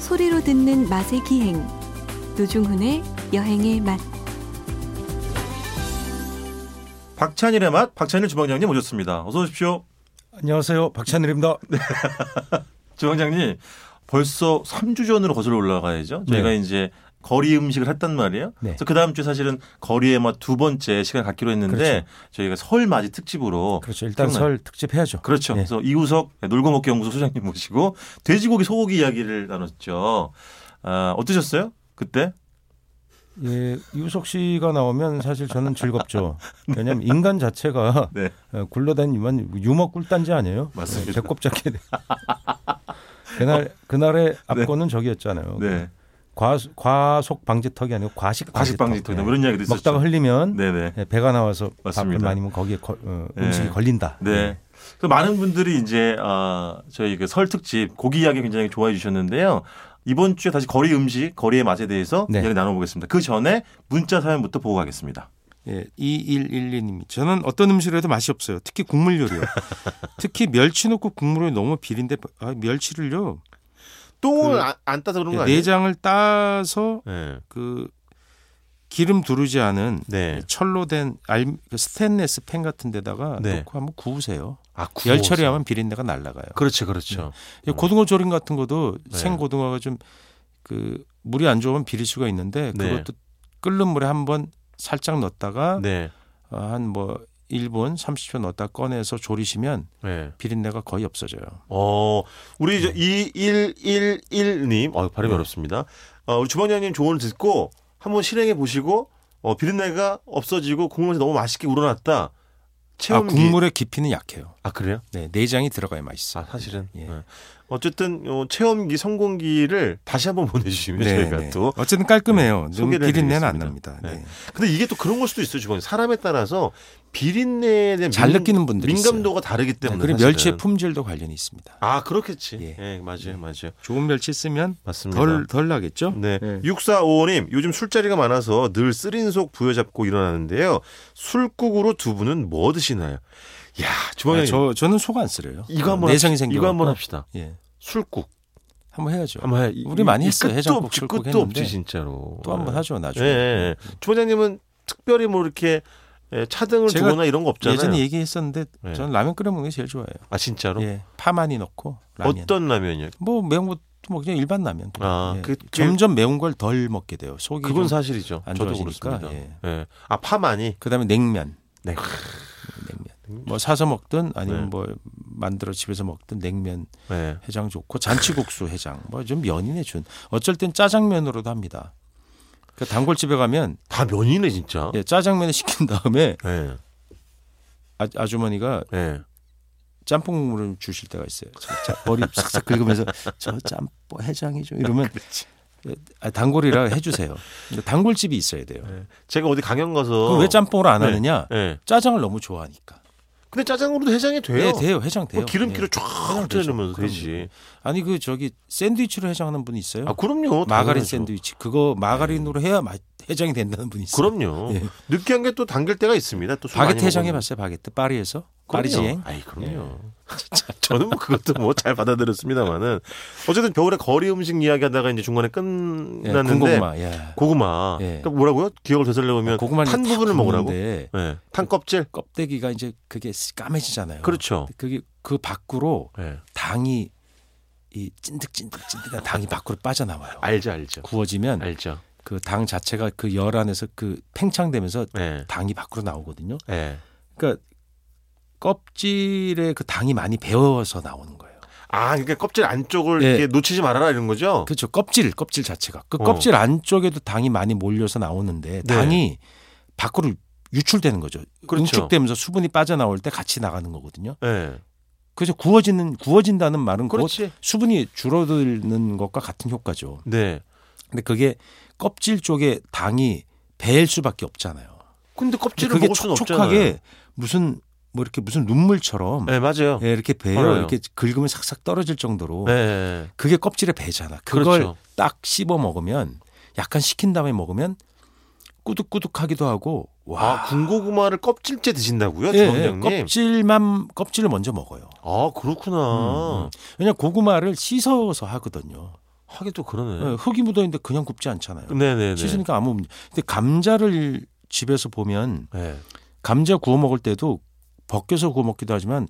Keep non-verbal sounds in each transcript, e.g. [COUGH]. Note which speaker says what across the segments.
Speaker 1: 소리로 듣는 맛의 기행 노중훈의 여행의 맛
Speaker 2: 박찬일의 맛 박찬일 주방장님 오셨습니다. 어서 오십시오.
Speaker 3: 안녕하세요. 박찬일입니다.
Speaker 2: 네, 주방장님 벌써 3주 전으로 거슬러 올라가야죠. 저희가
Speaker 3: 네.
Speaker 2: 이제 거리 음식을 했단 말이에요.
Speaker 3: 네.
Speaker 2: 그래서 그 다음 주에 사실은 거리의 맛 두 번째 시간 갖기로 했는데
Speaker 3: 그렇죠.
Speaker 2: 저희가 설 맞이 특집으로
Speaker 3: 그렇죠. 일단
Speaker 2: 정말.
Speaker 3: 설 특집 해야죠.
Speaker 2: 그렇죠.
Speaker 3: 네.
Speaker 2: 그래서 이우석 놀고 먹기 연구소 소장님 모시고 돼지고기 소고기 이야기를 나눴죠. 아, 어떠셨어요? 그때?
Speaker 3: 예, 유석 씨가 나오면 사실 저는
Speaker 2: [LAUGHS]
Speaker 3: 즐겁죠. 왜냐하면 인간 자체가
Speaker 2: 네.
Speaker 3: 어, 굴러다니면 유머 꿀단지 아니에요? 네,
Speaker 2: 맞습니다.
Speaker 3: 제곱잡게 그날 그날의 앞권은 저기였잖아요.
Speaker 2: 네.
Speaker 3: 과, 과속 방지턱이 아니고 과식
Speaker 2: 과식 방지턱
Speaker 3: 예.
Speaker 2: 이런 이야기도 있었죠.
Speaker 3: 먹다가 흘리면
Speaker 2: 네네.
Speaker 3: 예, 배가 나와서
Speaker 2: 맞습니다.
Speaker 3: 밥을 많이 먹으면 거기에 거- 어,
Speaker 2: 네.
Speaker 3: 음식이 걸린다.
Speaker 2: 네. 그래서 많은 분들이 이제 아, 저희 그 설 특집 고기 이야기 굉장히 좋아해 주셨는데요. 이번 주에 다시 거리 음식, 거리의 맛에 대해서
Speaker 3: 네.
Speaker 2: 이야기 나눠보겠습니다. 그 전에 문자 사연부터 보고 가겠습니다.
Speaker 4: 예, 2112님이 저는 어떤 음식이라도 맛이 없어요. 특히 국물
Speaker 5: [LAUGHS]
Speaker 4: 요리요. 특히 멸치 넣고 국물이 너무 비린데 아, 멸치를요.
Speaker 5: 똥을
Speaker 4: 그-
Speaker 5: 안, 안 따서 그런
Speaker 4: 예,
Speaker 5: 거 아니에요?
Speaker 4: 내장을 따서
Speaker 5: 네.
Speaker 4: 그 기름 두르지 않은
Speaker 5: 네.
Speaker 4: 철로 된 알, 그 스테인레스 팬 같은 데다가
Speaker 5: 네.
Speaker 4: 넣고 한번 구우세요.
Speaker 5: 아,
Speaker 4: 열 처리하면 비린내가 날아가요.
Speaker 5: 그렇죠, 그렇죠.
Speaker 4: 예, 고등어 조림 같은 것도
Speaker 5: 네.
Speaker 4: 생 고등어가 좀 그 물이 안 좋으면 비릴 수가 있는데
Speaker 5: 네.
Speaker 4: 그것도 끓는 물에 한번 살짝 넣었다가
Speaker 5: 네.
Speaker 4: 한 뭐 1분 30초 넣었다 꺼내서 조리시면
Speaker 5: 네.
Speaker 4: 비린내가 거의 없어져요. 아,
Speaker 5: 어, 우리 저
Speaker 4: 네.
Speaker 5: 2111님, 어, 발음이 어렵습니다. 어, 우리 주방장님 조언을 듣고 한번 실행해 보시고 어, 비린내가 없어지고 국물이 너무 맛있게 우러났다.
Speaker 4: 아,
Speaker 5: 체험기.
Speaker 4: 국물의 깊이는 약해요.
Speaker 5: 아, 그래요?
Speaker 4: 네, 내장이 들어가야 맛있어.
Speaker 5: 아,
Speaker 4: 요
Speaker 5: 사실은.
Speaker 4: 예.
Speaker 5: 네. 어쨌든 어, 체험기 성공기를 다시 한번 [LAUGHS] 보내주시면 저희가 또 네,
Speaker 4: 어쨌든 깔끔해요. 너무
Speaker 5: 소개를
Speaker 4: 네, 비린내는 안
Speaker 5: 해드리겠습니다.
Speaker 4: 납니다. 네.
Speaker 5: 네. 근데 이게 또 그런 걸 수도 있어요, 주방님. 사람에 따라서 비린내에 대한
Speaker 4: 잘 느끼는 분들이
Speaker 5: 민감도가 다르기
Speaker 4: 네,
Speaker 5: 때문에.
Speaker 4: 그리고
Speaker 5: 사실은.
Speaker 4: 멸치의 품질도 관련이 있습니다.
Speaker 5: 아 그렇겠지. 예,
Speaker 4: 예.
Speaker 5: 맞아요, 맞아요.
Speaker 4: 좋은 멸치 쓰면
Speaker 5: 맞습니다.
Speaker 4: 덜 덜 나겠죠?
Speaker 5: 네.
Speaker 4: 네.
Speaker 5: 6455님, 요즘 술자리가 많아서 늘 쓰린 속 부여잡고 일어나는데요. 술국으로 두 분은 뭐 드시나요? 야,
Speaker 4: 아,
Speaker 5: 주방장님.
Speaker 4: 저 저는 속 안 쓰려요. 네,
Speaker 5: 이거 한번
Speaker 4: 내성이
Speaker 5: 합시다.
Speaker 4: 생겨.
Speaker 5: 이거 한번 합시다.
Speaker 4: 예,
Speaker 5: 술국.
Speaker 4: 한번 해야죠.
Speaker 5: 한번 해.
Speaker 4: 우리 많이
Speaker 5: 이
Speaker 4: 했어요.
Speaker 5: 끝도
Speaker 4: 해장국,
Speaker 5: 없지,
Speaker 4: 술국
Speaker 5: 끝도
Speaker 4: 했는데.
Speaker 5: 없지 진짜로.
Speaker 4: 또 한번 하죠
Speaker 5: 예.
Speaker 4: 나중에.
Speaker 5: 예. 주방장님은 특별히 뭐 이렇게 예, 차등을
Speaker 4: 제가
Speaker 5: 두거나 이런 거 없잖아요.
Speaker 4: 예전에 얘기했었는데
Speaker 5: 네.
Speaker 4: 저는 라면 끓여 먹는 게 제일 좋아해요.
Speaker 5: 아 진짜로?
Speaker 4: 예, 파 많이 넣고 라면.
Speaker 5: 어떤 라면이요?
Speaker 4: 뭐 매운 것도 뭐 그냥 일반 라면. 그냥.
Speaker 5: 아,
Speaker 4: 예.
Speaker 5: 그- 그-
Speaker 4: 점점 매운 걸 덜 먹게 돼요. 속이
Speaker 5: 그건
Speaker 4: 좀.
Speaker 5: 사실이죠.
Speaker 4: 안
Speaker 5: 저도
Speaker 4: 좋아지니까,
Speaker 5: 그렇습니다. 예. 아파 많이.
Speaker 4: 그다음에 냉면.
Speaker 5: 네.
Speaker 4: 냉면. 뭐 사서 먹든 아니면
Speaker 5: 네.
Speaker 4: 뭐 만들어 집에서 먹든 냉면
Speaker 5: 예.
Speaker 4: 해장 좋고 잔치국수 해장 뭐 좀 연인의 준. 어쩔 땐 짜장면으로도 합니다. 그 단골집에 가면
Speaker 5: 다 면이네 진짜.
Speaker 4: 예, 짜장면을 시킨 다음에
Speaker 5: 예.
Speaker 4: 아, 아주머니가
Speaker 5: 예.
Speaker 4: 짬뽕 국물을 주실 때가 있어요. 저 짜- 머리 싹싹 긁으면서 저 짬뽕 해장이 좀
Speaker 5: [LAUGHS]
Speaker 4: 이러면 예, 아, 단골이라 해주세요. 근데 단골집이 있어야 돼요.
Speaker 5: 제가 어디 강연 가서
Speaker 4: 그럼 왜 짬뽕을 안
Speaker 5: 네.
Speaker 4: 하느냐?
Speaker 5: 예.
Speaker 4: 짜장을 너무 좋아하니까.
Speaker 5: 근데 짜장으로도 해장이 돼요.
Speaker 4: 네, 돼요. 해장 돼요.
Speaker 5: 뭐 기름기를
Speaker 4: 예.
Speaker 5: 쫙
Speaker 4: 해장
Speaker 5: 쳐
Speaker 4: 되죠.
Speaker 5: 넣으면서
Speaker 4: 그럼요.
Speaker 5: 되지.
Speaker 4: 아니 그 저기 샌드위치로 해장하는 분이 있어요.
Speaker 5: 아 그럼요.
Speaker 4: 마가린
Speaker 5: 당연하죠. 네.
Speaker 4: 샌드위치 그거 마가린으로 해야 마- 해장이 된다는 분이 있어요.
Speaker 5: 그럼요.
Speaker 4: 예.
Speaker 5: 느끼한 게 또 당길 때가 있습니다. 또
Speaker 4: 바게트 해장해 봤어요. 바게트 파리에서 파리지행.
Speaker 5: 아이 그럼요. 예. [LAUGHS] 저는 뭐 그것도 뭐 잘 받아들였습니다만은 어쨌든 겨울에 거리 음식 이야기하다가 이제 중간에
Speaker 4: 예,
Speaker 5: 끝났는데
Speaker 4: 군고구마. 예.
Speaker 5: 고구마.
Speaker 4: 예. 아,
Speaker 5: 그러니까 뭐라고요? 기억을 되살려보면
Speaker 4: 고구마
Speaker 5: 탄 부분을 먹으라고.
Speaker 4: 데
Speaker 5: 예. 탄 껍질.
Speaker 4: 껍데기가 이제 그게 까매지잖아요.
Speaker 5: 그렇죠.
Speaker 4: 그게 그 밖으로
Speaker 5: 예.
Speaker 4: 당이 이 찐득찐득찐득한 당이 밖으로 빠져나와요.
Speaker 5: 알죠, 알죠.
Speaker 4: 구워지면
Speaker 5: 알죠.
Speaker 4: 그 당 자체가 그 열 안에서 그 팽창되면서
Speaker 5: 예.
Speaker 4: 당이 밖으로 나오거든요.
Speaker 5: 예.
Speaker 4: 그러니까 껍질에 그 당이 많이 배어서 나오는 거예요.
Speaker 5: 아, 그러니까 껍질 안쪽을
Speaker 4: 예.
Speaker 5: 이렇게 놓치지 말아라 이런 거죠?
Speaker 4: 그렇죠. 껍질, 껍질 자체가. 그
Speaker 5: 어.
Speaker 4: 껍질 안쪽에도 당이 많이 몰려서 나오는데
Speaker 5: 네.
Speaker 4: 당이 밖으로 유출되는 거죠.
Speaker 5: 그렇죠.
Speaker 4: 응축되면서 수분이 빠져나올 때 같이 나가는 거거든요.
Speaker 5: 예.
Speaker 4: 그래서 구워지는 구워진다는 말은 곧
Speaker 5: 그렇지.
Speaker 4: 수분이 줄어드는 것과 같은 효과죠.
Speaker 5: 네.
Speaker 4: 근데 그게 껍질 쪽에 당이 배일 수밖에 없잖아요.
Speaker 5: 근데
Speaker 4: 근데
Speaker 5: 껍질을
Speaker 4: 그게
Speaker 5: 먹을 수는 없잖아요.
Speaker 4: 촉촉하게 무슨 뭐 이렇게 무슨 눈물처럼
Speaker 5: 예, 맞아요.
Speaker 4: 예, 이렇게 배요.
Speaker 5: 알아요.
Speaker 4: 이렇게 긁으면 싹싹 떨어질 정도로
Speaker 5: 예, 예.
Speaker 4: 그게 껍질에 배잖아. 그걸
Speaker 5: 그렇죠.
Speaker 4: 딱 씹어 먹으면 약간 식힌 다음에 먹으면 꾸덕꾸덕하기도 하고 와.
Speaker 5: 아, 군고구마를 껍질째 드신다고요,
Speaker 4: 예,
Speaker 5: 주방장님?
Speaker 4: 껍질만 껍질을 먼저 먹어요.
Speaker 5: 아, 그렇구나.
Speaker 4: 음, 음. 왜냐 고구마를 씻어서 하거든요.
Speaker 5: 하긴 또 그러네.
Speaker 4: 예, 흙이 묻어 있는데 그냥 굽지 않잖아요.
Speaker 5: 네네네.
Speaker 4: 씻으니까 아무 문제. 근데 감자를 집에서 보면
Speaker 5: 네.
Speaker 4: 감자 구워 먹을 때도 벗겨서 구워 먹기도 하지만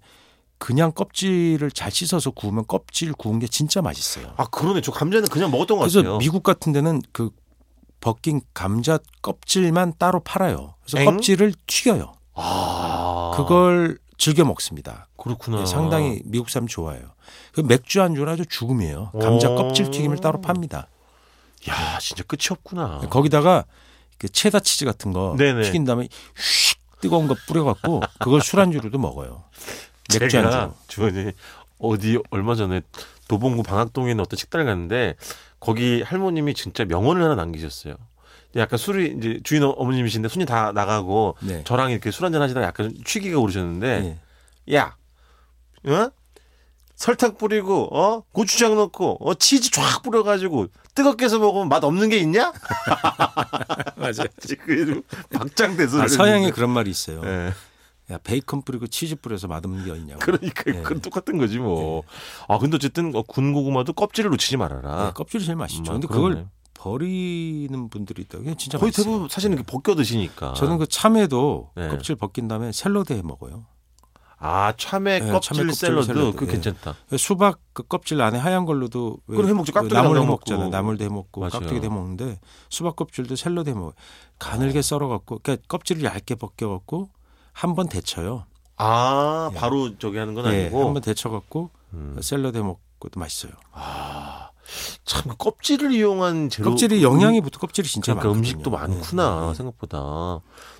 Speaker 4: 그냥 껍질을 잘 씻어서 구우면 껍질 구운 게 진짜 맛있어요.
Speaker 5: 아 그러네. 저 감자는 그냥 먹었던 것
Speaker 4: 그래서
Speaker 5: 같아요.
Speaker 4: 미국 같은 데는 그 벗긴 감자 껍질만 따로 팔아요. 그래서
Speaker 5: 엥?
Speaker 4: 껍질을 튀겨요.
Speaker 5: 아
Speaker 4: 그걸 즐겨 먹습니다.
Speaker 5: 그렇구나.
Speaker 4: 예, 상당히 미국 사람 좋아해요. 그 맥주 안주는 아주 죽음이에요. 감자
Speaker 5: 오.
Speaker 4: 껍질 튀김을 따로 팝니다. 예,
Speaker 5: 야 진짜 끝이 없구나.
Speaker 4: 거기다가 그 체다 치즈 같은 거
Speaker 5: 아. 네네.
Speaker 4: 튀긴 다음에 휙 뜨거운 거 뿌려갖고 그걸 술안주로도 먹어요. 맥주 안주.
Speaker 5: 제가 주원이 어디 얼마 전에 도봉구 방학동에 있는 어떤 식당을 갔는데 거기 할머님이 진짜 명언을 하나 남기셨어요. 근데 약간 술이 이제 주인 어- 어머님이신데 손이 다 나가고
Speaker 4: 네.
Speaker 5: 저랑 이렇게 술 한잔 하시다가 약간 좀 취기가 오르셨는데
Speaker 4: 예.
Speaker 5: 야, 어? 설탕 뿌리고 어 고추장 넣고 어 치즈 쫙 뿌려가지고 뜨겁게 해서 먹으면 맛 없는 게 있냐? [LAUGHS]
Speaker 4: 맞아요.
Speaker 5: 지금 박장대소.
Speaker 4: 아, 서양에 그런 말이 있어요.
Speaker 5: 예.
Speaker 4: 야, 베이컨 뿌리고 치즈 뿌려서 맛없는 게 어딨냐고.
Speaker 5: 그러니까
Speaker 4: 예.
Speaker 5: 그건 똑같은 거지 뭐. 아 근데 어쨌든 어, 군고구마도 껍질을 놓치지 말아라.
Speaker 4: 네, 껍질이 제일 맛있죠.
Speaker 5: 음,
Speaker 4: 근데
Speaker 5: 그러네.
Speaker 4: 그걸 버리는 분들이 있다고. 그냥 진짜
Speaker 5: 거의
Speaker 4: 맛있어요.
Speaker 5: 대부분 사실은 이렇게 벗겨 드시니까.
Speaker 4: 저는 그 참외도
Speaker 5: 아. 네.
Speaker 4: 껍질 벗긴 다음에 샐러드 해 먹어요.
Speaker 5: 아 참외
Speaker 4: 네,
Speaker 5: 껍질,
Speaker 4: 참외 껍질
Speaker 5: 샐러드,
Speaker 4: 샐러드,
Speaker 5: 그
Speaker 4: 예.
Speaker 5: 괜찮다.
Speaker 4: 수박 그 껍질 안에 하얀 걸로도 왜
Speaker 5: 그걸 해먹죠. 깍두기도
Speaker 4: 나물
Speaker 5: 해먹고.
Speaker 4: 해먹잖아요. 나물도 해먹고
Speaker 5: 맞아요.
Speaker 4: 깍두기도 해먹는데 수박 껍질도 샐러드 해먹어요. 가늘게
Speaker 5: 아.
Speaker 4: 썰어갖고 그러니까 껍질을 얇게 벗겨갖고 한 번 데쳐요.
Speaker 5: 아 바로 저기 하는 건
Speaker 4: 예,
Speaker 5: 아니고
Speaker 4: 한번 데쳐갖고
Speaker 5: 음.
Speaker 4: 샐러드 해먹고도 맛있어요.
Speaker 5: 참그 껍질을 이용한 재료
Speaker 4: 껍질이 영양이 붙어 껍질이 진짜
Speaker 5: 그 그러니까
Speaker 4: 많거든요. 네.
Speaker 5: 음식도 많구나 생각보다.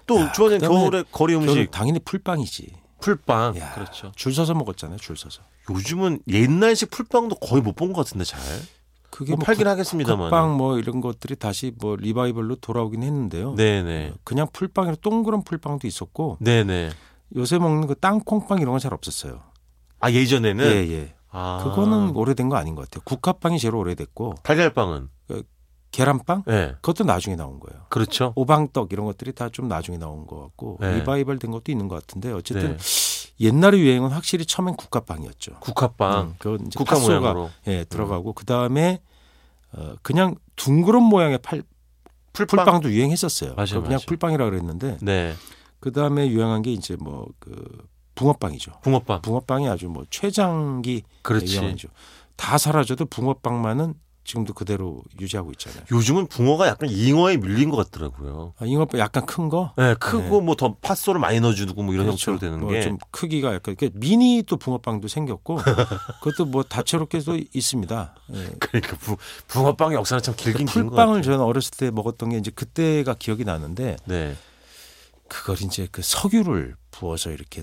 Speaker 5: 또
Speaker 4: 야,
Speaker 5: 주원이
Speaker 4: 그다음에
Speaker 5: 겨울에 거리
Speaker 4: 예. 저는
Speaker 5: 음식
Speaker 4: 당연히 풀빵이지.
Speaker 5: 풀빵
Speaker 4: 야,
Speaker 5: 그렇죠.
Speaker 4: 줄 서서 먹었잖아요. 줄 서서.
Speaker 5: 요즘은 옛날식 풀빵도 거의 못 본 것 같은데 잘.
Speaker 4: 그게
Speaker 5: 뭐
Speaker 4: 뭐
Speaker 5: 팔긴
Speaker 4: 국-
Speaker 5: 하겠습니다만.
Speaker 4: 국빵 뭐 이런 것들이 다시 뭐 리바이벌로 돌아오긴 했는데요.
Speaker 5: 네네.
Speaker 4: 그냥 풀빵이라 동그란 풀빵도 있었고
Speaker 5: 네네.
Speaker 4: 요새 먹는 그 땅콩빵 이런 건 잘 없었어요.
Speaker 5: 아 예전에는
Speaker 4: 예, 예.
Speaker 5: 아,
Speaker 4: 그거는 오래된 거 아닌 것 같아요. 국화빵이 제일 오래됐고
Speaker 5: 달걀빵은
Speaker 4: 계란빵
Speaker 5: 예
Speaker 4: 그것도 나중에 나온 거예요.
Speaker 5: 그렇죠.
Speaker 4: 오방떡 이런 것들이 다 좀 나중에 나온 것 같고
Speaker 5: 네.
Speaker 4: 리바이벌 된 것도 있는 것 같은데 어쨌든
Speaker 5: 네.
Speaker 4: 옛날의 유행은 확실히 처음엔 국화빵이었죠.
Speaker 5: 국화빵
Speaker 4: 음, 그건 이제
Speaker 5: 국화
Speaker 4: 팥소가,
Speaker 5: 모양으로
Speaker 4: 예, 들어가고 그 다음에 어, 그냥 둥그런 모양의 팔,
Speaker 5: 풀빵.
Speaker 4: 풀빵도 유행했었어요.
Speaker 5: 맞아요,
Speaker 4: 그걸 그냥
Speaker 5: 맞아요.
Speaker 4: 풀빵이라 그랬는데
Speaker 5: 네
Speaker 4: 그 다음에 유행한 게 이제 뭐 그 붕어빵이죠.
Speaker 5: 붕어빵
Speaker 4: 붕어빵이 아주 뭐 최장기
Speaker 5: 그렇지.
Speaker 4: 유행이죠. 다 사라져도 붕어빵만은 지금도 그대로 유지하고 있잖아요.
Speaker 5: 요즘은 붕어가 약간 잉어에 밀린 것 같더라고요.
Speaker 4: 아, 잉어빵 약간 큰 거.
Speaker 5: 네, 크고 뭐 더 팥소를 많이 넣어주고 뭐 이런 형태로 되는 게
Speaker 4: 그렇죠. 뭐좀 크기가 약간 이렇게 미니 또
Speaker 5: [LAUGHS]
Speaker 4: 붕어빵도 생겼고 그것도 뭐 다채롭게도 있습니다. 예.
Speaker 5: 그러니까 부- 붕어빵의 역사는 참 길긴 긴 것 같아요.
Speaker 4: 풀빵을 저는 어렸을 때 먹었던 게 이제 그때가 기억이 나는데
Speaker 5: 네,
Speaker 4: 그걸 이제 그 석유를 부어서 이렇게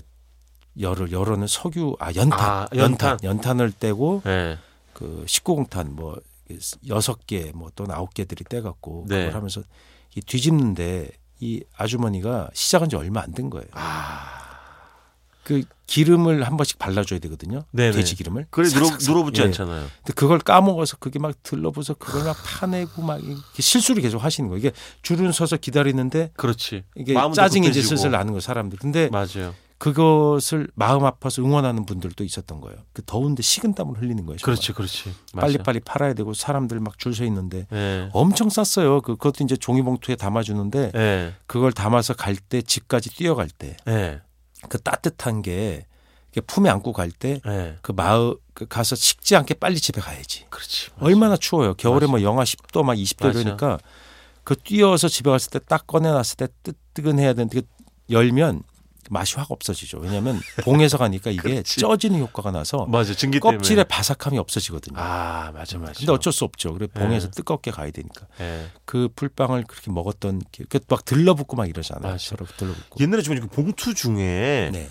Speaker 4: 열을 열어는 석유 아 연탄
Speaker 5: 아, 연탄.
Speaker 4: 연탄 을 떼고
Speaker 5: 네,
Speaker 4: 그 19공탄 뭐 여섯 개 뭐 또는 아홉 개들이 떼갖고
Speaker 5: 네.
Speaker 4: 그걸 하면서 이 뒤집는데 이 아주머니가 시작한 지 얼마 안 된 거예요.
Speaker 5: 아.
Speaker 4: 그 기름을 한 번씩 발라줘야 되거든요.
Speaker 5: 네네.
Speaker 4: 돼지 기름을.
Speaker 5: 그래 누러,
Speaker 4: 싹싹싹.
Speaker 5: 누러붙지
Speaker 4: 예.
Speaker 5: 않잖아요.
Speaker 4: 근데 그걸 까먹어서 그게 막 들러붙어서 그걸 막 파내고 막 이렇게 실수를 계속 하시는 거예요. 이게 줄은 서서 기다리는데
Speaker 5: 그렇지.
Speaker 4: 이게
Speaker 5: 마음도
Speaker 4: 짜증이 이제
Speaker 5: 급해지고.
Speaker 4: 슬슬 나는 거예요. 사람들. 근데
Speaker 5: 맞아요.
Speaker 4: 그것을 마음 아파서 응원하는 분들도 있었던 거예요. 그 더운데 식은 땀을 흘리는 거예요. 정말.
Speaker 5: 그렇지, 그렇지. 그렇죠. 맞아요.
Speaker 4: 빨리빨리 팔아야 되고 사람들 막 줄 서 있는데
Speaker 5: 예,
Speaker 4: 엄청 쌌어요. 그- 그것도 이제 종이봉투에 담아주는데
Speaker 5: 예,
Speaker 4: 그걸 담아서 갈 때 집까지 뛰어갈 때 그
Speaker 5: 예,
Speaker 4: 따뜻한 게 이렇게 품에 안고 갈 때 그
Speaker 5: 예.
Speaker 4: 마을 그 가서 식지 않게 빨리 집에 가야지.
Speaker 5: 그렇지. 맞아요.
Speaker 4: 얼마나 추워요. 겨울에 뭐 영하 10도 막 20도
Speaker 5: 맞아.
Speaker 4: 이러니까 그 뛰어서 집에 갔을 때 딱 꺼내놨을 때 뜨뜨근해야 되는데 그 열면 맛이 확 없어지죠. 왜냐하면 봉에서 가니까 이게
Speaker 5: [LAUGHS] 그렇지.
Speaker 4: 쪄지는 효과가 나서
Speaker 5: 맞아 증기 때문에.
Speaker 4: 껍질의 바삭함이 없어지거든요.
Speaker 5: 아 네. 맞아 맞아.
Speaker 4: 근데 어쩔 수 없죠. 그래 봉에서 뜨겁게 가야 되니까.
Speaker 5: 예.
Speaker 4: 그 풀빵을 그렇게 먹었던 그막 들러붙고 막 이러잖아요.
Speaker 5: 맞아요.
Speaker 4: 서로 들러붙고.
Speaker 5: 옛날에 주면 그 봉투 중에
Speaker 4: 네.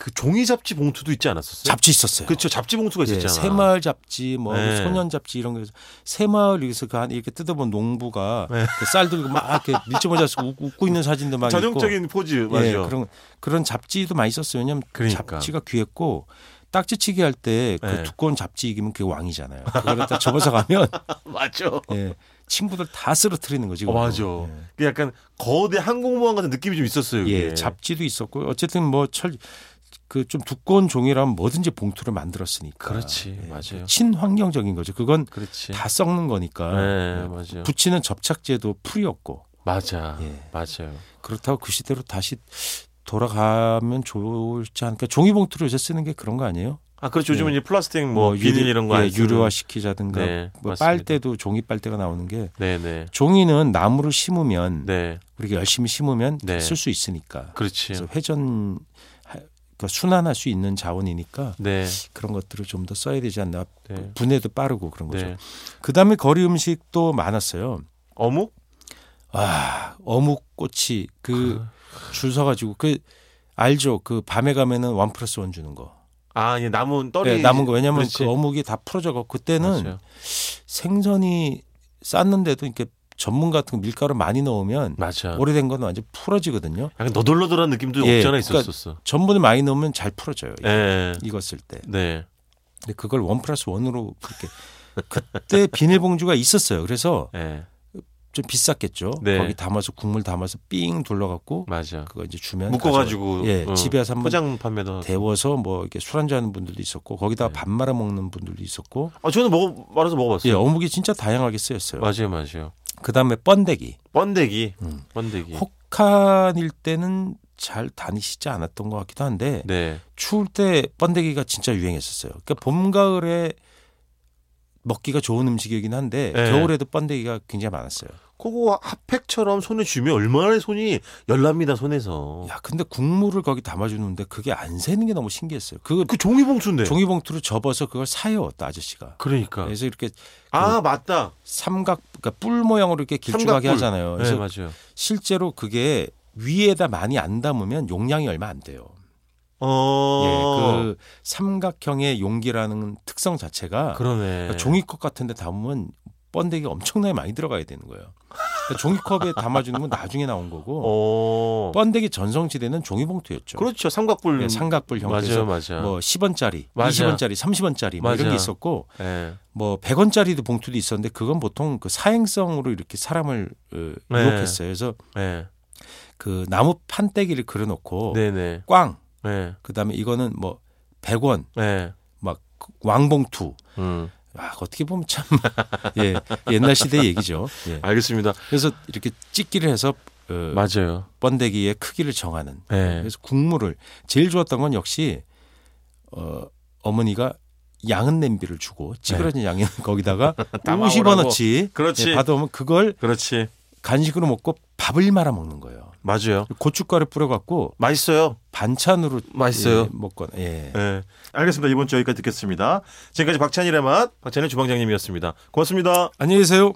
Speaker 5: 그 종이 잡지 봉투도 있지 않았었어요?
Speaker 4: 잡지 있었어요.
Speaker 5: 그렇죠. 잡지 봉투가
Speaker 4: 예,
Speaker 5: 있었잖아.
Speaker 4: 새마을 잡지, 뭐
Speaker 5: 네.
Speaker 4: 소년 잡지 이런 거 해서 새마을 여기서 그한 이렇게 뜯어본 농부가
Speaker 5: 네.
Speaker 4: 그쌀 들고 막 이렇게 밀짚 모자쓰고 웃- 웃고 있는 사진도 막 있고.
Speaker 5: 전형적인 포즈 맞아요.
Speaker 4: 예, 그런 그런 잡지도 많이 있었어요. 왜냐하면
Speaker 5: 그러니까.
Speaker 4: 잡지가 귀했고 딱지치기 할 때 그
Speaker 5: 네.
Speaker 4: 두꺼운 잡지 이기면 그게 왕이잖아요. 그걸 다 접어서 가면
Speaker 5: [LAUGHS] 맞죠.
Speaker 4: 예, 친구들 다 쓰러뜨리는 거지.
Speaker 5: 어,
Speaker 4: 그거.
Speaker 5: 맞아.
Speaker 4: 예.
Speaker 5: 그 약간 거대 항공모함 같은 느낌이 좀 있었어요. 아,
Speaker 4: 예,
Speaker 5: 그게.
Speaker 4: 잡지도 있었고 어쨌든 뭐 철 그 좀 두꺼운 종이라면 뭐든지 봉투를 만들었으니까.
Speaker 5: 그렇지,
Speaker 4: 예,
Speaker 5: 맞아요.
Speaker 4: 친환경적인 거죠. 그건
Speaker 5: 그렇지.
Speaker 4: 다 썩는 거니까.
Speaker 5: 네,
Speaker 4: 예.
Speaker 5: 맞아요.
Speaker 4: 붙이는 접착제도 풀이었고
Speaker 5: 맞아.
Speaker 4: 예.
Speaker 5: 맞아요.
Speaker 4: 그렇다고 그 시대로 다시 돌아가면 좋지 않을까. 종이봉투를 요새 쓰는 게 그런 거 아니에요?
Speaker 5: 아, 그렇죠. 요즘은
Speaker 4: 네.
Speaker 5: 이제 플라스틱 뭐 비닐
Speaker 4: 유리-
Speaker 5: 이런 거
Speaker 4: 예,
Speaker 5: 안 쓰는-
Speaker 4: 유료화시키자든가
Speaker 5: 네,
Speaker 4: 뭐
Speaker 5: 맞습니다.
Speaker 4: 빨대도 종이 빨대가 나오는 게
Speaker 5: 네, 네.
Speaker 4: 종이는 나무를 심으면
Speaker 5: 네.
Speaker 4: 우리가 열심히 심으면
Speaker 5: 네.
Speaker 4: 쓸 수 있으니까
Speaker 5: 그렇지.
Speaker 4: 그래서 회전 하- 그러니까 순환할 수 있는 자원이니까
Speaker 5: 네.
Speaker 4: 그런 것들을 좀 더 써야 되지 않나
Speaker 5: 네.
Speaker 4: 분해도 빠르고 그런 거죠.
Speaker 5: 네.
Speaker 4: 그다음에 거리 음식도 많았어요.
Speaker 5: 어묵?
Speaker 4: 아 어묵 꼬치 그
Speaker 5: 아.
Speaker 4: 줄 서가지고 그 알죠? 그 밤에 가면은 원 플러스 원 주는 거.
Speaker 5: 아, 예, 남은 떨이
Speaker 4: 네, 남은 거 왜냐면
Speaker 5: 그렇지.
Speaker 4: 그 어묵이 다 풀어져가 그때는
Speaker 5: 맞아요.
Speaker 4: 생선이 쌌는데도 이렇게 전문 같은 거 밀가루 많이 넣으면
Speaker 5: 맞아.
Speaker 4: 오래된 건 완전 풀어지거든요.
Speaker 5: 약간 너덜너덜한 느낌도
Speaker 4: 예,
Speaker 5: 없지 않아
Speaker 4: 그러니까-
Speaker 5: 있었었어.
Speaker 4: 전분을 많이 넣으면 잘 풀어져요. 이게.
Speaker 5: 예.
Speaker 4: 익었을 때.
Speaker 5: 네.
Speaker 4: 근데 그걸 원 플러스 원으로 그렇게 그때 [LAUGHS] 비닐봉지가 있었어요. 그래서
Speaker 5: 예.
Speaker 4: 좀 비쌌겠죠.
Speaker 5: 네.
Speaker 4: 거기 담아서 국물 담아서 삥 둘러갖고
Speaker 5: 맞아.
Speaker 4: 그거 이제 주면
Speaker 5: 묶어 가지고
Speaker 4: 가져가- 예, 집에 와서 한번
Speaker 5: 포장 판매도 하고.
Speaker 4: 데워서 뭐 이렇게 술 한잔하는 분들도 있었고 거기다
Speaker 5: 네.
Speaker 4: 밥 말아 먹는 분들도 있었고
Speaker 5: 아, 저는 먹어 말아서 먹어
Speaker 4: 예,
Speaker 5: 봤어요.
Speaker 4: 어묵이 진짜 다양하게 쓰였어요.
Speaker 5: 맞아요, 맞아요.
Speaker 4: 그다음에 번데기.
Speaker 5: 번데기.
Speaker 4: 예. 음.
Speaker 5: 번데기.
Speaker 4: 혹한일 때는 잘 다니시지 않았던 것 같기도 한데
Speaker 5: 네.
Speaker 4: 추울 때 번데기가 진짜 유행했었어요. 그러니까 봄 가을에 먹기가 좋은 음식이긴 한데
Speaker 5: 네.
Speaker 4: 겨울에도 번데기가 굉장히 많았어요.
Speaker 5: 그거 핫팩처럼 손에 쥐면 얼마나 손이 열납니다, 손에서.
Speaker 4: 야, 근데 국물을 거기 담아주는데 그게 안 새는 게 너무 신기했어요. 그
Speaker 5: 그 종이봉투인데.
Speaker 4: 종이봉투로 접어서 그걸 사요, 또 아저씨가.
Speaker 5: 그러니까.
Speaker 4: 그래서 이렇게
Speaker 5: 아, 맞다.
Speaker 4: 삼각, 그러니까 뿔 모양으로 이렇게 길쭉하게
Speaker 5: 삼각뿔.
Speaker 4: 하잖아요.
Speaker 5: 네,
Speaker 4: 그래서 예,
Speaker 5: 맞아요.
Speaker 4: 실제로 그게 위에다 많이 안 담으면 용량이 얼마 안 돼요.
Speaker 5: 어.
Speaker 4: 예, 그 삼각형의 용기라는 특성 자체가
Speaker 5: 그러네.
Speaker 4: 그러니까 종이컵 같은데 담으면 번데기 가 엄청나게 많이 들어가야 되는 거예요. 그러니까 종이컵에 담아주는 건 나중에 나온 거고
Speaker 5: 어.
Speaker 4: 번데기 전성시대는 종이봉투였죠.
Speaker 5: 그렇죠. 삼각뿔.
Speaker 4: 예, 삼각불 형태에서
Speaker 5: 맞아요, 맞아.
Speaker 4: 뭐 10원짜리,
Speaker 5: 맞아.
Speaker 4: 20원짜리, 30원짜리 뭐 이런
Speaker 5: 맞아.
Speaker 4: 게 있었고
Speaker 5: 예.
Speaker 4: 뭐 100원짜리도 봉투도 있었는데 그건 보통 그 사행성으로 이렇게 사람을 어,
Speaker 5: 네.
Speaker 4: 유혹했어요. 그래서
Speaker 5: 네.
Speaker 4: 그 나무 판때기를 그려놓고
Speaker 5: 네네.
Speaker 4: 꽝
Speaker 5: 네.
Speaker 4: 그다음에 이거는 뭐 100원
Speaker 5: 네.
Speaker 4: 막 왕봉투
Speaker 5: 음.
Speaker 4: 아, 어떻게 보면 참 [LAUGHS] 예, 옛날 시대 얘기죠. 예.
Speaker 5: 알겠습니다.
Speaker 4: 그래서 이렇게 찍기를 해서 어,
Speaker 5: 맞아요.
Speaker 4: 번데기의 크기를 정하는.
Speaker 5: 네.
Speaker 4: 그래서 국물을 제일 좋았던 건 역시 어, 어머니가 양은 냄비를 주고 찌그러진
Speaker 5: 네.
Speaker 4: 양은 [LAUGHS]
Speaker 5: [LAUGHS]
Speaker 4: 거기다가
Speaker 5: 담아오라고.
Speaker 4: 50원어치
Speaker 5: 그렇지.
Speaker 4: 예, 받아오면 그걸
Speaker 5: 그렇지.
Speaker 4: 간식으로 먹고 밥을 말아 먹는 거예요.
Speaker 5: 맞아요.
Speaker 4: 고춧가루 뿌려갖고
Speaker 5: 맛있어요.
Speaker 4: 반찬으로
Speaker 5: 맛있어요.
Speaker 4: 예, 먹거나 예.
Speaker 2: 네. 알겠습니다. 이번 주 여기까지 듣겠습니다. 지금까지 박찬일의 맛, 박찬일 주방장님이었습니다. 고맙습니다.
Speaker 4: 안녕히 계세요.